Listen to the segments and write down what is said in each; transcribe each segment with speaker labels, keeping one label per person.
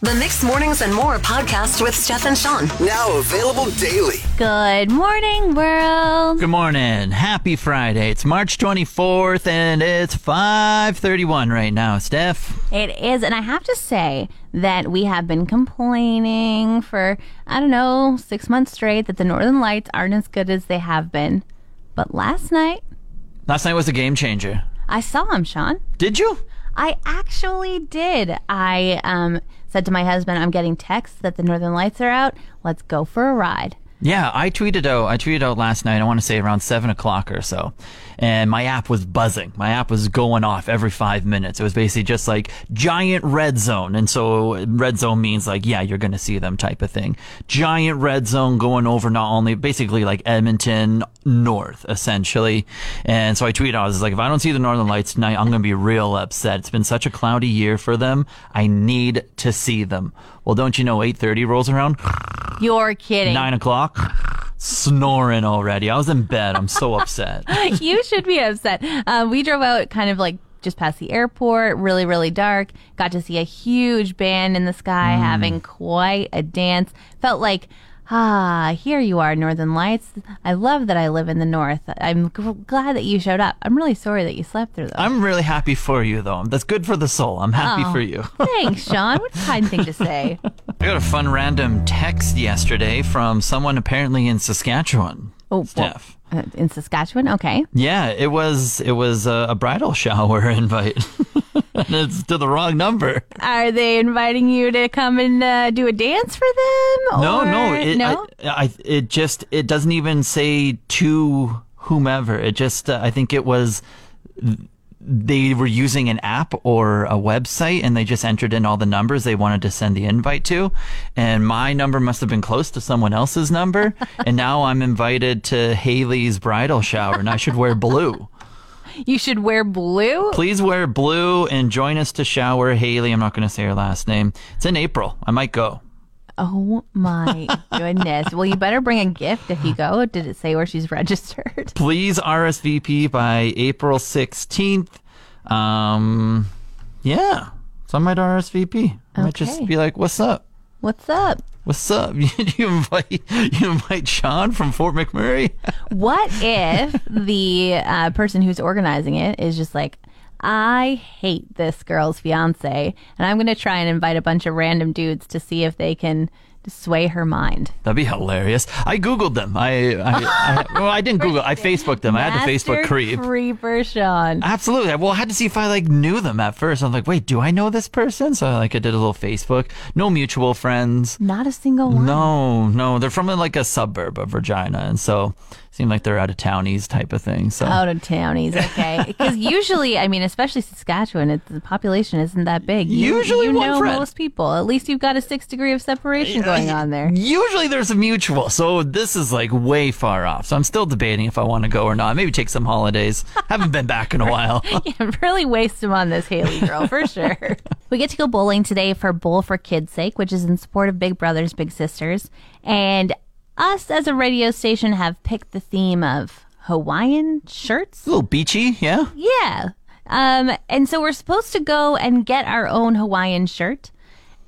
Speaker 1: The Mixed Mornings and More podcast with Steph and Sean.
Speaker 2: Now available daily.
Speaker 3: Good morning, world.
Speaker 4: Good morning. Happy Friday. It's March 24th and it's 5:31 right now, Steph.
Speaker 3: It is, and I have to say that we have been complaining for, I don't know, six months straight that the Northern Lights aren't as good as they have been. But last night,
Speaker 4: Last night was a game changer.
Speaker 3: I saw them, Sean.
Speaker 4: Did you?
Speaker 3: I actually did. I um, said to my husband, I'm getting texts that the Northern Lights are out. Let's go for a ride.
Speaker 4: Yeah, I tweeted out. I tweeted out last night. I want to say around seven o'clock or so, and my app was buzzing. My app was going off every five minutes. It was basically just like giant red zone, and so red zone means like yeah, you're going to see them type of thing. Giant red zone going over not only basically like Edmonton North essentially, and so I tweeted. out, I was like, if I don't see the Northern Lights tonight, I'm going to be real upset. It's been such a cloudy year for them. I need to see them. Well, don't you know, eight thirty rolls around.
Speaker 3: You're kidding.
Speaker 4: Nine o'clock. Snoring already. I was in bed. I'm so upset.
Speaker 3: you should be upset. Uh, we drove out kind of like just past the airport, really, really dark. Got to see a huge band in the sky
Speaker 4: Mm.
Speaker 3: having quite a dance. Felt like, ah, here you are, Northern Lights. I love that I live in the North. I'm g- glad that you showed up. I'm really sorry that you slept through those.
Speaker 4: I'm really happy for you, though. That's good for the soul. I'm happy for you.
Speaker 3: Oh, Thanks, Sean. What a kind thing to say.
Speaker 4: I got a fun random text yesterday from someone apparently in Saskatchewan.
Speaker 3: Oh, well,
Speaker 4: Steph.
Speaker 3: uh, in Saskatchewan? Okay.
Speaker 4: Yeah, it was it was a, a bridal shower invite. and it's to the wrong number.
Speaker 3: Are they inviting you to come and uh, do a dance for them?
Speaker 4: No,
Speaker 3: or-
Speaker 4: no, it,
Speaker 3: no?
Speaker 4: I, I, it just it doesn't even say to whomever. It just uh, I think it was they were using an app or a website and they just entered in all the numbers they wanted to send the invite to and my number must have been close to someone else's number and now I'm invited to Haley's bridal shower and I should wear blue.
Speaker 3: you should wear blue.
Speaker 4: Please wear blue and join us to shower Haley. I'm not going to say her last name. It's in April. I might go.
Speaker 3: Oh my goodness. Well, you better bring a gift if you go. Did it say where she's registered?
Speaker 4: please RSVP by April 16th. Um, yeah. So I might RSVP. I might
Speaker 3: Okay.
Speaker 4: just be like, what's up?
Speaker 3: What's up?
Speaker 4: What's up? you invite you invite Sean from Fort McMurray?
Speaker 3: What if the uh, person who's organizing it is just like, I hate this girl's fiance, and I'm going to try and invite a bunch of random dudes to see if they can sway her mind.
Speaker 4: That'd be hilarious. I googled them. I I, I well, I didn't Google. I Facebooked them. I had to Facebook
Speaker 3: Master
Speaker 4: creep.
Speaker 3: Creeper Sean.
Speaker 4: Absolutely. Well, I had to see if I like knew them at first. I'm like, wait, do I know this person? So like, I did a little Facebook. No mutual friends.
Speaker 3: Not a single one.
Speaker 4: No, no, they're from uh, like a suburb of Regina, and so seem like they're out of townies type of thing. So
Speaker 3: Out of townies, okay. Because usually, I mean, especially Saskatchewan, it's, the population isn't that big. You,
Speaker 4: Usually
Speaker 3: you
Speaker 4: one
Speaker 3: know
Speaker 4: friend.
Speaker 3: most people. At least you've got a six degree of separation going on there.
Speaker 4: usually there's a mutual, so this is like way far off. So I'm still debating if I want to go or not. Maybe take some holidays. Haven't been back in a while.
Speaker 3: Yeah, really waste them on this Haley girl for sure. we get to go bowling today for Bowl for Kids' Sake, which is in support of Big Brothers Big Sisters, and us as a radio station have picked the theme of Hawaiian shirts.
Speaker 4: a little beachy, yeah.
Speaker 3: Yeah. Um, and so we're supposed to go and get our own Hawaiian shirt.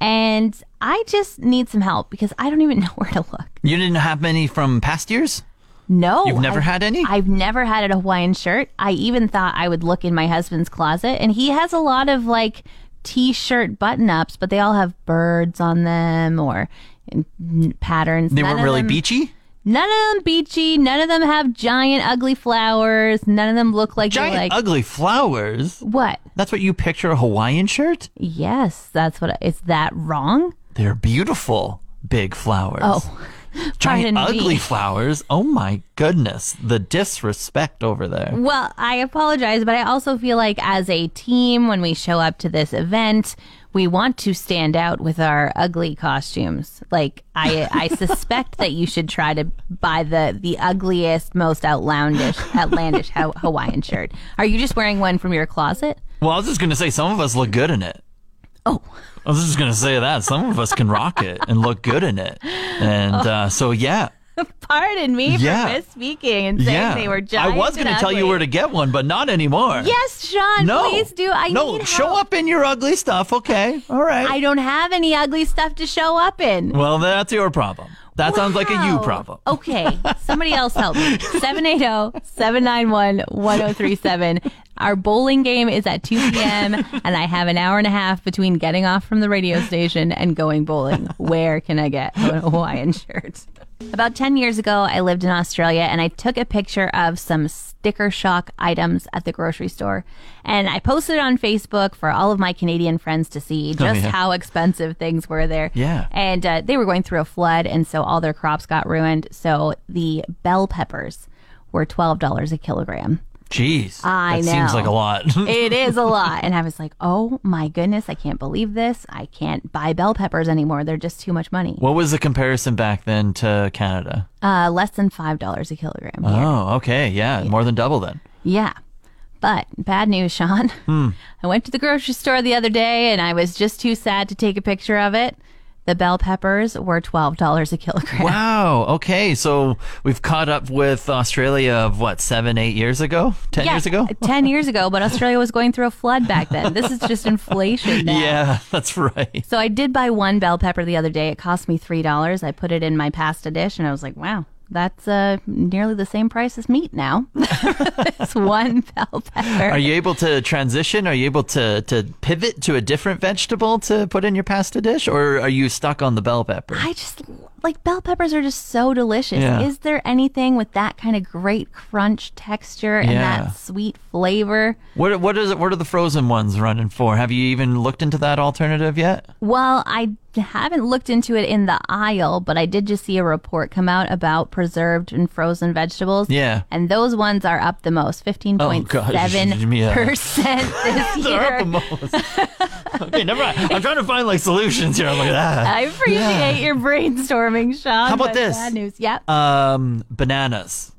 Speaker 3: And I just need some help because I don't even know where to look.
Speaker 4: You didn't have many from past years.
Speaker 3: No.
Speaker 4: You've never
Speaker 3: I've-
Speaker 4: had any?
Speaker 3: I've never had a Hawaiian shirt. I even thought I would look in my husband's closet. And he has a lot of like t shirt button ups, but they all have birds on them or mm, patterns.
Speaker 4: They
Speaker 3: None
Speaker 4: weren't
Speaker 3: of
Speaker 4: really
Speaker 3: them-
Speaker 4: beachy.
Speaker 3: None of them beachy. None of them have giant, ugly flowers. None of them look like
Speaker 4: Giant
Speaker 3: they're like.
Speaker 4: ugly flowers.
Speaker 3: what?
Speaker 4: That's what you picture a Hawaiian shirt.
Speaker 3: Yes, that's what. Is that wrong?
Speaker 4: They're beautiful big flowers.
Speaker 3: Oh, pardon
Speaker 4: Giant ugly
Speaker 3: me.
Speaker 4: flowers. Oh my goodness. The disrespect over there.
Speaker 3: Well, I apologize, but I also feel like as a team, when we show up to this event, we want to stand out with our ugly costumes. Like I, I suspect that you should try to buy the the ugliest, most outlandish, outlandish Ha- Hawaiian shirt. Are you just wearing one from your closet?
Speaker 4: Well, I was just going to say some of us look good in it.
Speaker 3: Oh.
Speaker 4: I was
Speaker 3: Oh.
Speaker 4: just going to say that some of us can rock it and look good in it. And uh, so yeah,
Speaker 3: pardon me
Speaker 4: Yeah.
Speaker 3: for misspeaking and saying
Speaker 4: yeah,
Speaker 3: they were giant.
Speaker 4: I was
Speaker 3: going
Speaker 4: gonna tell you where to get one, but not anymore.
Speaker 3: Yes, Sean,
Speaker 4: no,
Speaker 3: please do. I
Speaker 4: no,
Speaker 3: need
Speaker 4: show
Speaker 3: help.
Speaker 4: up in your ugly stuff. Okay, all right.
Speaker 3: I don't have any ugly stuff to show up in.
Speaker 4: well, that's your problem. That sounds like a you
Speaker 3: Wow. Oh.
Speaker 4: problem.
Speaker 3: Okay. Somebody else help me. oh, 780-791-1037. Our bowling game is at 2 p.m. and I have an hour and a half between getting off from the radio station and going bowling. Where can I get a Hawaiian shirt? About 10 years ago, I lived in Australia and I took a picture of some sticker shock items at the grocery store. And I posted it on Facebook for all of my Canadian friends to see just
Speaker 4: Oh, yeah.
Speaker 3: how expensive things were there.
Speaker 4: Yeah.
Speaker 3: And uh, they were going through a flood, and so all their crops got ruined. So the bell peppers were $12 a kilogram.
Speaker 4: Jeez,
Speaker 3: I
Speaker 4: that seems
Speaker 3: know.
Speaker 4: like a lot.
Speaker 3: It is a lot. And I was like, oh my goodness, I can't believe this. I can't buy bell peppers anymore. They're just too much money.
Speaker 4: what was the comparison back then to Canada?
Speaker 3: Uh, less than $5 a kilogram. here.
Speaker 4: Oh, okay, yeah, more than double then.
Speaker 3: Yeah. But bad news, Sean.
Speaker 4: Hmm.
Speaker 3: I went to the grocery store the other day and I was just too sad to take a picture of it. The bell peppers were $12 a kilogram.
Speaker 4: Wow. Okay. So we've caught up with Australia of what, seven, eight years ago? Ten
Speaker 3: Yeah,
Speaker 4: years ago?
Speaker 3: 10 years ago, but Australia was going through a flood back then. This is just inflation now.
Speaker 4: Yeah, that's right.
Speaker 3: So I did buy one bell pepper the other day. It cost me $3. I put it in my pasta dish and I was like, wow, that's uh, nearly the same price as meat now. it's one bell pepper.
Speaker 4: Are you able to transition? Are you able to, to pivot to a different vegetable to put in your pasta dish? Or are you stuck on the bell pepper?
Speaker 3: I just like bell peppers are just so delicious.
Speaker 4: Yeah.
Speaker 3: Is there anything with that kind of great crunch texture and
Speaker 4: Yeah.
Speaker 3: that sweet flavor?
Speaker 4: What what is it what are the frozen ones running for? Have you even looked into that alternative yet?
Speaker 3: Well, I haven't looked into it in the aisle, but I did just see a report come out about preserved and frozen vegetables.
Speaker 4: Yeah. Oh,
Speaker 3: And those ones are up the most, 15.7%
Speaker 4: Yeah.
Speaker 3: this year.
Speaker 4: They're up the most. okay, never mind. I'm trying to find like solutions here. I'm like ah.
Speaker 3: I appreciate your brainstorming, Sean.
Speaker 4: How about
Speaker 3: but
Speaker 4: this?
Speaker 3: Bad news. Yep.
Speaker 4: Um bananas.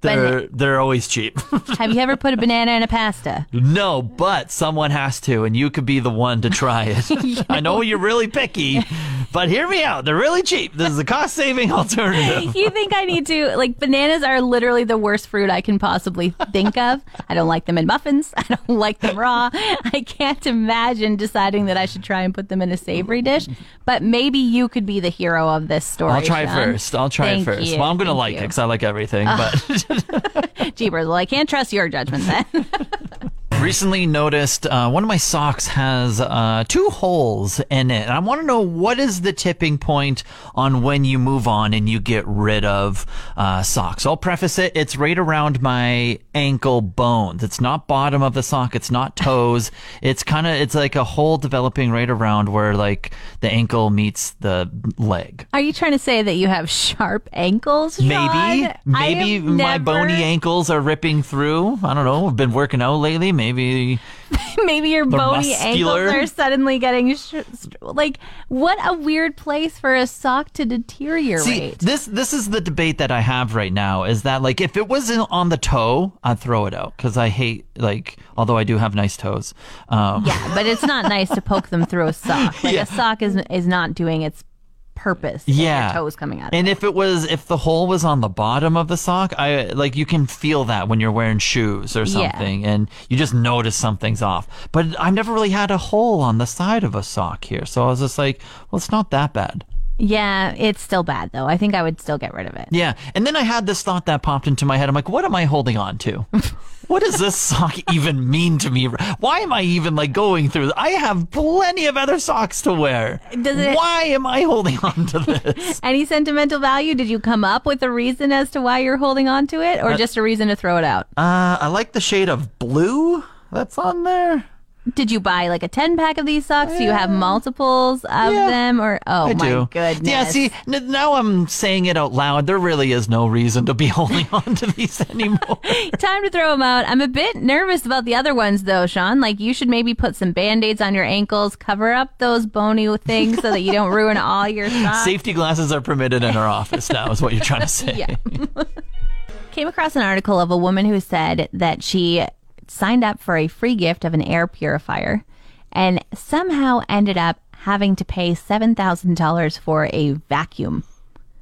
Speaker 4: They're
Speaker 3: Bana-
Speaker 4: they're always cheap.
Speaker 3: Have you ever put a banana in a pasta?
Speaker 4: No, but someone has to, and you could be the one to try it. I know you're really picky, but hear me out. They're really cheap. This is a cost saving alternative.
Speaker 3: you think I need to like bananas are literally the worst fruit I can possibly think of. I don't like them in muffins. I don't like them raw. I can't imagine deciding that I should try and put them in a savory dish. But maybe you could be the hero of this story.
Speaker 4: I'll try
Speaker 3: Sean.
Speaker 4: first. I'll try
Speaker 3: Thank
Speaker 4: first.
Speaker 3: you.
Speaker 4: Well, I'm going to
Speaker 3: Thank
Speaker 4: like it
Speaker 3: you.
Speaker 4: 'cause it because I like everything. But
Speaker 3: Jeepers, well, I can't trust your judgment then.
Speaker 4: recently noticed uh, one of my socks has uh, two holes in it. And I want to know what is the tipping point on when you move on and you get rid of uh, socks. I'll preface it. It's right around my ankle bones. It's not bottom of the sock. It's not toes. It's kind of, it's like a hole developing right around where like the ankle meets the leg.
Speaker 3: Are you trying to say that you have sharp ankles?
Speaker 4: Maybe,
Speaker 3: Sean? I
Speaker 4: maybe
Speaker 3: have
Speaker 4: my bony
Speaker 3: never-
Speaker 4: ankles are ripping through. I don't know. I've been working out lately. Maybe
Speaker 3: maybe your bony
Speaker 4: muscular.
Speaker 3: ankles are suddenly getting sh- st- like what a weird place for a sock to deteriorate.
Speaker 4: See, this this is the debate that I have right now. Is that like if it was in, on the toe, I'd throw it out because I hate like. Although I do have nice toes. Um,
Speaker 3: Yeah, but it's not nice to poke them through a sock. Like
Speaker 4: Yeah.
Speaker 3: a sock is is not doing its purpose. if
Speaker 4: Yeah.
Speaker 3: your toes coming out. of
Speaker 4: And if it was if the hole was on the bottom of the sock, I like you can feel that when you're wearing shoes or
Speaker 3: Yeah.
Speaker 4: something, and you just notice something's off. But I've never really had a hole on the side of a sock here, so I was just like, well, it's not that bad.
Speaker 3: it. Yeah, it's still bad though. I think I would still get rid of it.
Speaker 4: Yeah. And then I had this thought that popped into my head. I'm like, what am I holding on to? what does this sock even mean to me? Why am I even like going through? I have plenty of other socks to wear.
Speaker 3: Does it-
Speaker 4: Why am I holding on to this?
Speaker 3: Any sentimental value? Did you come up with a reason as to why you're holding on to it, or just a reason to throw it out?
Speaker 4: uh, I like the shade of blue that's on there.
Speaker 3: Did you buy like a ten pack of these socks? Do you have multiples of
Speaker 4: Uh, Yeah.
Speaker 3: them, or oh
Speaker 4: I
Speaker 3: my
Speaker 4: do.
Speaker 3: goodness?
Speaker 4: Yeah, see, n- now I'm saying it out loud. There really is no reason to be holding on to these anymore.
Speaker 3: Time to throw them out. I'm a bit nervous about the other ones, though, Sean. Like, you should maybe put some band aids on your ankles, cover up those bony things so that you don't ruin all your socks.
Speaker 4: Safety glasses are permitted in our office now, is what you're trying to say.
Speaker 3: Yeah. Came across an article of a woman who said that she signed up for a free gift of an air purifier and somehow ended up having to pay $7,000 for a vacuum.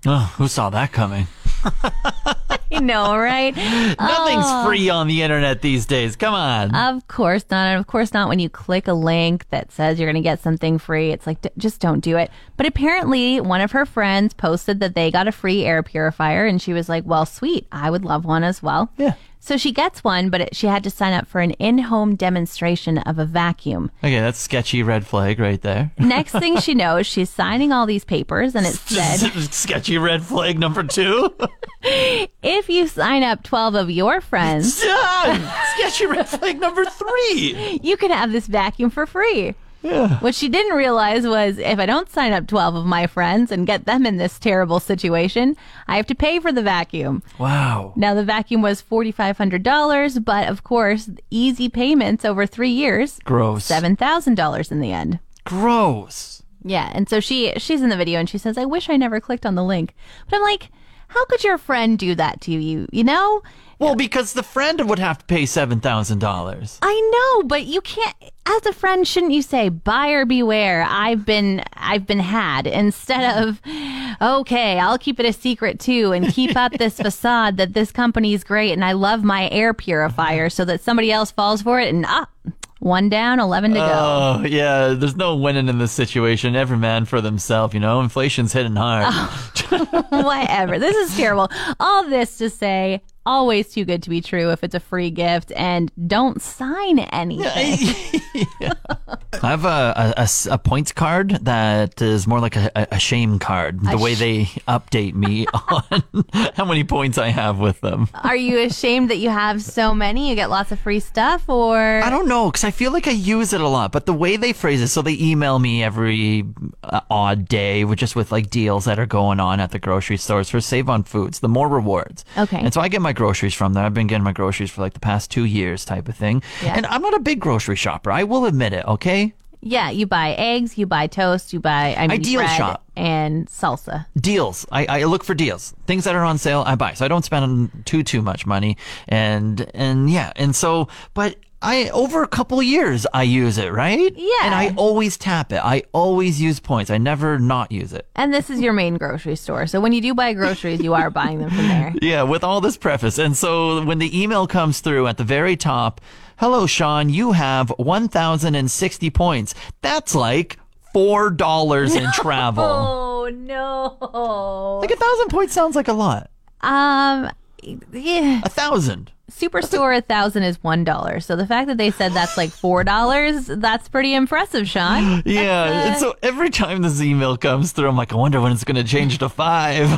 Speaker 4: Oh, who saw that coming?
Speaker 3: You know, right?
Speaker 4: Nothing's free on the internet these days. Come on.
Speaker 3: Of course not. And of course not when you click a link that says you're going to get something free. It's like, d- just don't do it. But apparently, one of her friends posted that they got a free air purifier, and she was like, well, sweet. I would love one as well.
Speaker 4: Yeah.
Speaker 3: So she gets one, but it, she had to sign up for an in home demonstration of a vacuum.
Speaker 4: okay, that's sketchy red flag right there.
Speaker 3: Next thing she knows, she's signing all these papers, and it said,
Speaker 4: sketchy red flag number two.
Speaker 3: if you sign up 12 of your friends,
Speaker 4: Done. sketchy red flag number three.
Speaker 3: you can have this vacuum for free.
Speaker 4: Yeah.
Speaker 3: What she didn't realize was if I don't sign up 12 of my friends and get them in this terrible situation, I have to pay for the vacuum.
Speaker 4: Wow.
Speaker 3: Now, the vacuum was $4,500, but of course, easy payments over three years,
Speaker 4: Gross.
Speaker 3: $7,000 in the end.
Speaker 4: Gross.
Speaker 3: Yeah, and so she she's in the video and she says, "I wish I never clicked on the link." But I'm like, "How could your friend do that to you?" You know?
Speaker 4: Well, because the friend would have to pay seven thousand dollars.
Speaker 3: I know, but you can't. As a friend, shouldn't you say "buyer beware"? I've been, I've been had. Instead of, okay, I'll keep it a secret too, and keep up this facade that this company's great and I love my air purifier, so that somebody else falls for it and ah, one down, eleven to go.
Speaker 4: Oh yeah, there's no winning in this situation. Every man for themselves, you know. Inflation's hitting hard.
Speaker 3: Whatever. This is terrible. All this to say, always too good to be true if it's a free gift, and don't sign anything.
Speaker 4: I have a, a- a s- a points card that is more like a, a- a shame card. The way they update me on how many points I have with them.
Speaker 3: Are you ashamed that you have so many? You get lots of free stuff, or
Speaker 4: I don't know because I feel like I use it a lot, but the way they phrase it, so they email me every uh, odd day, with just with like deals that are going on at the grocery stores for save on foods, the more rewards.
Speaker 3: Okay.
Speaker 4: And so I get my groceries from there. I've been getting my groceries for like the past two years, type of thing.
Speaker 3: Yeah.
Speaker 4: And I'm not a big grocery shopper. I will admit it. Okay.
Speaker 3: yeah, you buy eggs, you buy toast, you buy I mean,
Speaker 4: Ideal
Speaker 3: bread
Speaker 4: shop.
Speaker 3: and salsa.
Speaker 4: deals. I, I look for deals. Things that are on sale, I buy. So I don't spend on too too much money. And and yeah, and so but I over a couple years I use it, right?
Speaker 3: Yeah.
Speaker 4: And I always tap it. I always use points. I never not use it.
Speaker 3: And this is your main grocery store, so when you do buy groceries, you are buying them from there.
Speaker 4: Yeah, with all this preface. And so when the email comes through at the very top, hello Sean, you have 1060 points. That's like $4 in travel.
Speaker 3: Oh no!
Speaker 4: Like a 1000 points sounds like a lot.
Speaker 3: Um, yeah.
Speaker 4: A 1000.
Speaker 3: Superstore a thousand is one dollar. So the fact that they said that's like four dollars, that's pretty impressive, Sean.
Speaker 4: Yeah, and so every time this email comes through, I'm like, I wonder when it's going to change to five.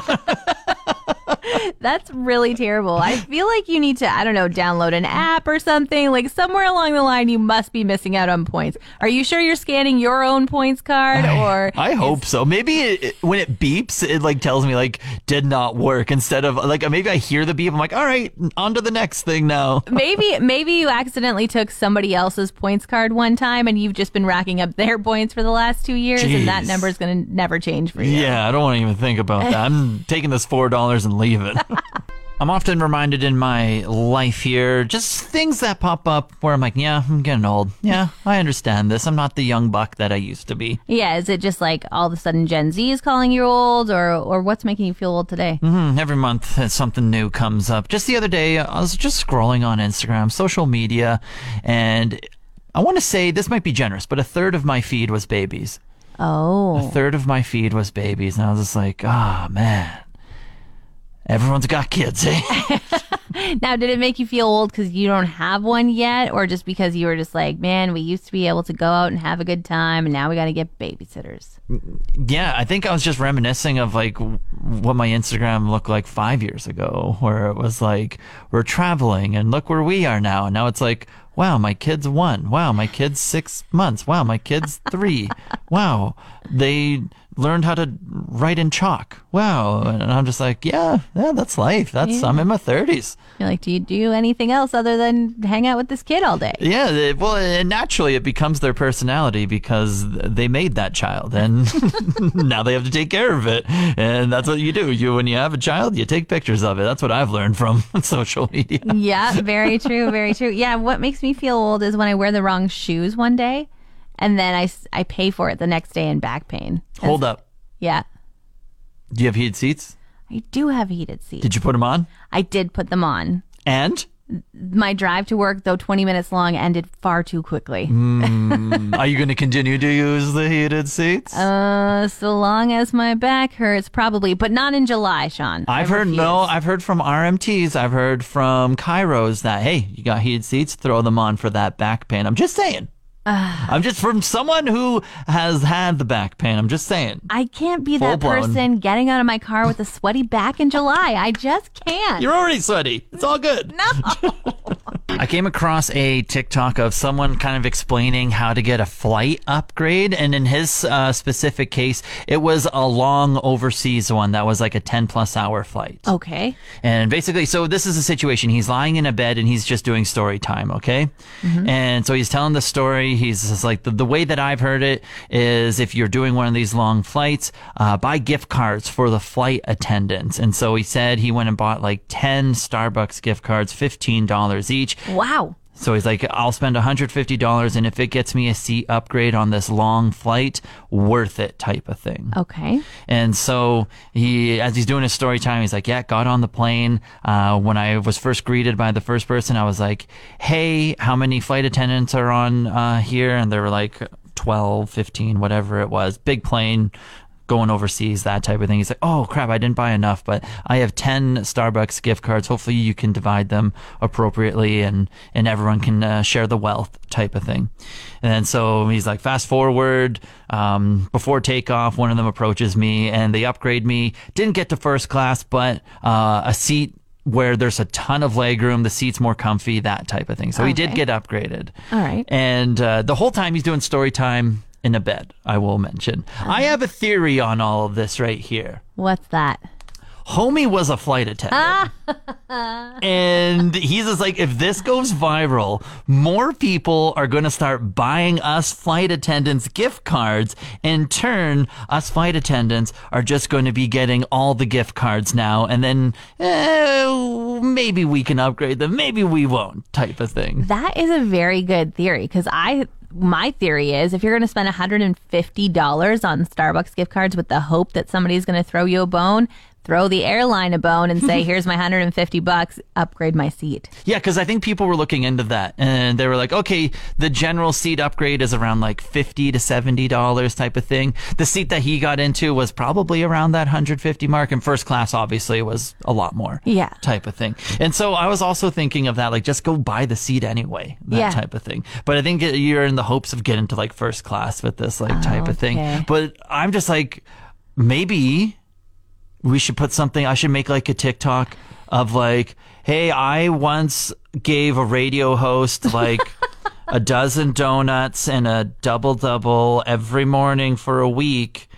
Speaker 3: That's really terrible. I feel like you need to, I don't know, download an app or something. Like somewhere along the line, you must be missing out on points. Are you sure you're scanning your own points card, or
Speaker 4: I hope so. Maybe it, it- when it beeps, it like tells me like did not work. Instead of like maybe I hear the beep, I'm like, all right, on to the next thing now.
Speaker 3: maybe maybe you accidentally took somebody else's points card one time, and you've just been racking up their points for the last two years, and that
Speaker 4: Jeez.
Speaker 3: number's going to never change for you.
Speaker 4: Yeah, I don't want to even think about that. I'm taking this four dollars and leave it. I'm often reminded in my life here just things that pop up where I'm like, yeah, I'm getting old. Yeah, I understand this. I'm not the young buck that I used to be.
Speaker 3: Yeah, is it just like all of a sudden Gen Z is calling you old, or or what's making you feel old today?
Speaker 4: Every month uh, something new comes up. Just the other day, I was just scrolling on Instagram, social media, and I want to say this might be generous, but a third of my feed was babies. A
Speaker 3: Oh,
Speaker 4: third of my feed was babies, and I was just like, ah, man. Everyone's got kids, eh? Mm-hmm.
Speaker 3: now did it make you feel old because you don't have one yet, or just because you were just like, man, we used to be able to go out and have a good time, and now we got to get babysitters?
Speaker 4: yeah, I think I was just reminiscing of like w- what my Instagram looked like five years ago, where it was like, we're traveling and look where we are now. And now it's like, wow, my kid's one. Wow, my kid's six months. Wow, my kid's three. wow, they learned how to write in chalk. Wow. And I'm just like, yeah, yeah, that's life. That's, I'm in my 30s.
Speaker 3: You're like, do you do anything else other than hang out with this kid all day?
Speaker 4: Yeah, they, well, and naturally it becomes their personality because they made that child, and now they have to take care of it. And that's what you do. You when you have a child, you take pictures of it. That's what I've learned from social media.
Speaker 3: yeah, very true, very true. Yeah, what makes me feel old is when I wear the wrong shoes one day, and then I s- I pay for it the next day in back pain.
Speaker 4: Hold up,
Speaker 3: Yeah.
Speaker 4: Do you have heated seats?
Speaker 3: I do have heated seats.
Speaker 4: Did you put them on?
Speaker 3: I did put them on.
Speaker 4: And
Speaker 3: My drive to work, though 20 minutes long, ended far too quickly.
Speaker 4: Mm. are you going to continue to use the heated seats?
Speaker 3: Uh, so long as my back hurts, probably, but not in July, Sean.
Speaker 4: I've heard no. I've heard from RMTs. I've heard from Kairos that hey, you got heated seats, throw them on for that back pain. I'm just saying. I'm just from someone who has had the back pain. I'm just saying.
Speaker 3: I can't be that
Speaker 4: Full-blown.
Speaker 3: person getting out of my car with a sweaty back in July. I just can't.
Speaker 4: You're already sweaty. It's all good. No. I came across a TikTok of someone kind of explaining how to get a flight upgrade. And in his uh, specific case, it was a long overseas one that was like a 10 plus hour flight.
Speaker 3: okay.
Speaker 4: And basically, so this is the situation. He's lying in a bed and he's just doing story time, okay? And so he's telling the story. He's just like, the, the way that I've heard it is if you're doing one of these long flights, uh, buy gift cards for the flight attendants. And so he said he went and bought like 10 Starbucks gift cards, $15 each.
Speaker 3: Wow.
Speaker 4: So he's like, I'll spend $150 and if it gets me a seat upgrade on this long flight, worth it type of thing.
Speaker 3: Okay.
Speaker 4: And so he, as he's doing his story time, he's like, "Yeah, got on the plane. Uh, when I was first greeted by the first person, I was like, "Hey, how many flight attendants are on uh, here?" And they were like 12, 15, whatever it was. Big plane, going overseas, that type of thing. He's like, "Oh crap, I didn't buy enough, but I have ten Starbucks gift cards. Hopefully, you can divide them appropriately, and and everyone can uh, share the wealth." Type of thing. And then so he's like, fast forward um, before takeoff. One of them approaches me, and they upgrade me. Didn't get to first class, but uh, a seat where there's a ton of legroom, the seat's more comfy, that type of thing. So he did
Speaker 3: Okay.
Speaker 4: get upgraded.
Speaker 3: All right.
Speaker 4: And uh, the whole time he's doing story time in a bed, I will mention. I have a theory on all of this right here.
Speaker 3: What's that?
Speaker 4: Homie was a flight attendant. and he's just like, if this goes viral, more people are going to start buying us flight attendants gift cards. In turn, us flight attendants are just going to be getting all the gift cards now. And then eh, maybe we can upgrade them. Maybe we won't, type of thing.
Speaker 3: That is a very good theory because I my theory is if you're going to spend $150 on Starbucks gift cards with the hope that somebody's going to throw you a bone, throw the airline a bone and say, "Here's my 150 bucks, upgrade my seat."
Speaker 4: Yeah, because I think people were looking into that, and they were like, okay, the general seat upgrade is around like fifty to seventy dollars type of thing. The seat that he got into was probably around that hundred fifty mark, and first class obviously was a lot more.
Speaker 3: Yeah.
Speaker 4: type of thing. And so I was also thinking of that, like just go buy the seat anyway, that
Speaker 3: Yeah.
Speaker 4: type of thing. But I think you're in the hopes of getting to like first class with this like type of
Speaker 3: Oh, okay.
Speaker 4: thing. But I'm just like, maybe we should put something i should make like a tiktok of like hey i once gave a radio host like a dozen donuts and a double double every morning for a week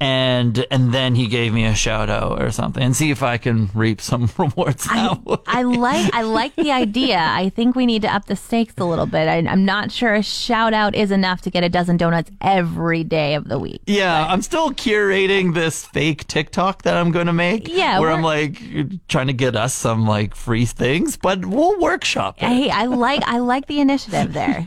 Speaker 4: and and then he gave me a shout out or something and see if i can reap some rewards that way.
Speaker 3: I like I like the idea. I think we need to up the stakes a little bit. I, I'm not sure a shout out is enough to get a dozen donuts every day of the week.
Speaker 4: Yeah, I'm still curating this fake TikTok that I'm going to make.
Speaker 3: Yeah,
Speaker 4: where I'm
Speaker 3: we're-
Speaker 4: like trying to get us some like free things, but we'll workshop it.
Speaker 3: Hey, I like I like the initiative there.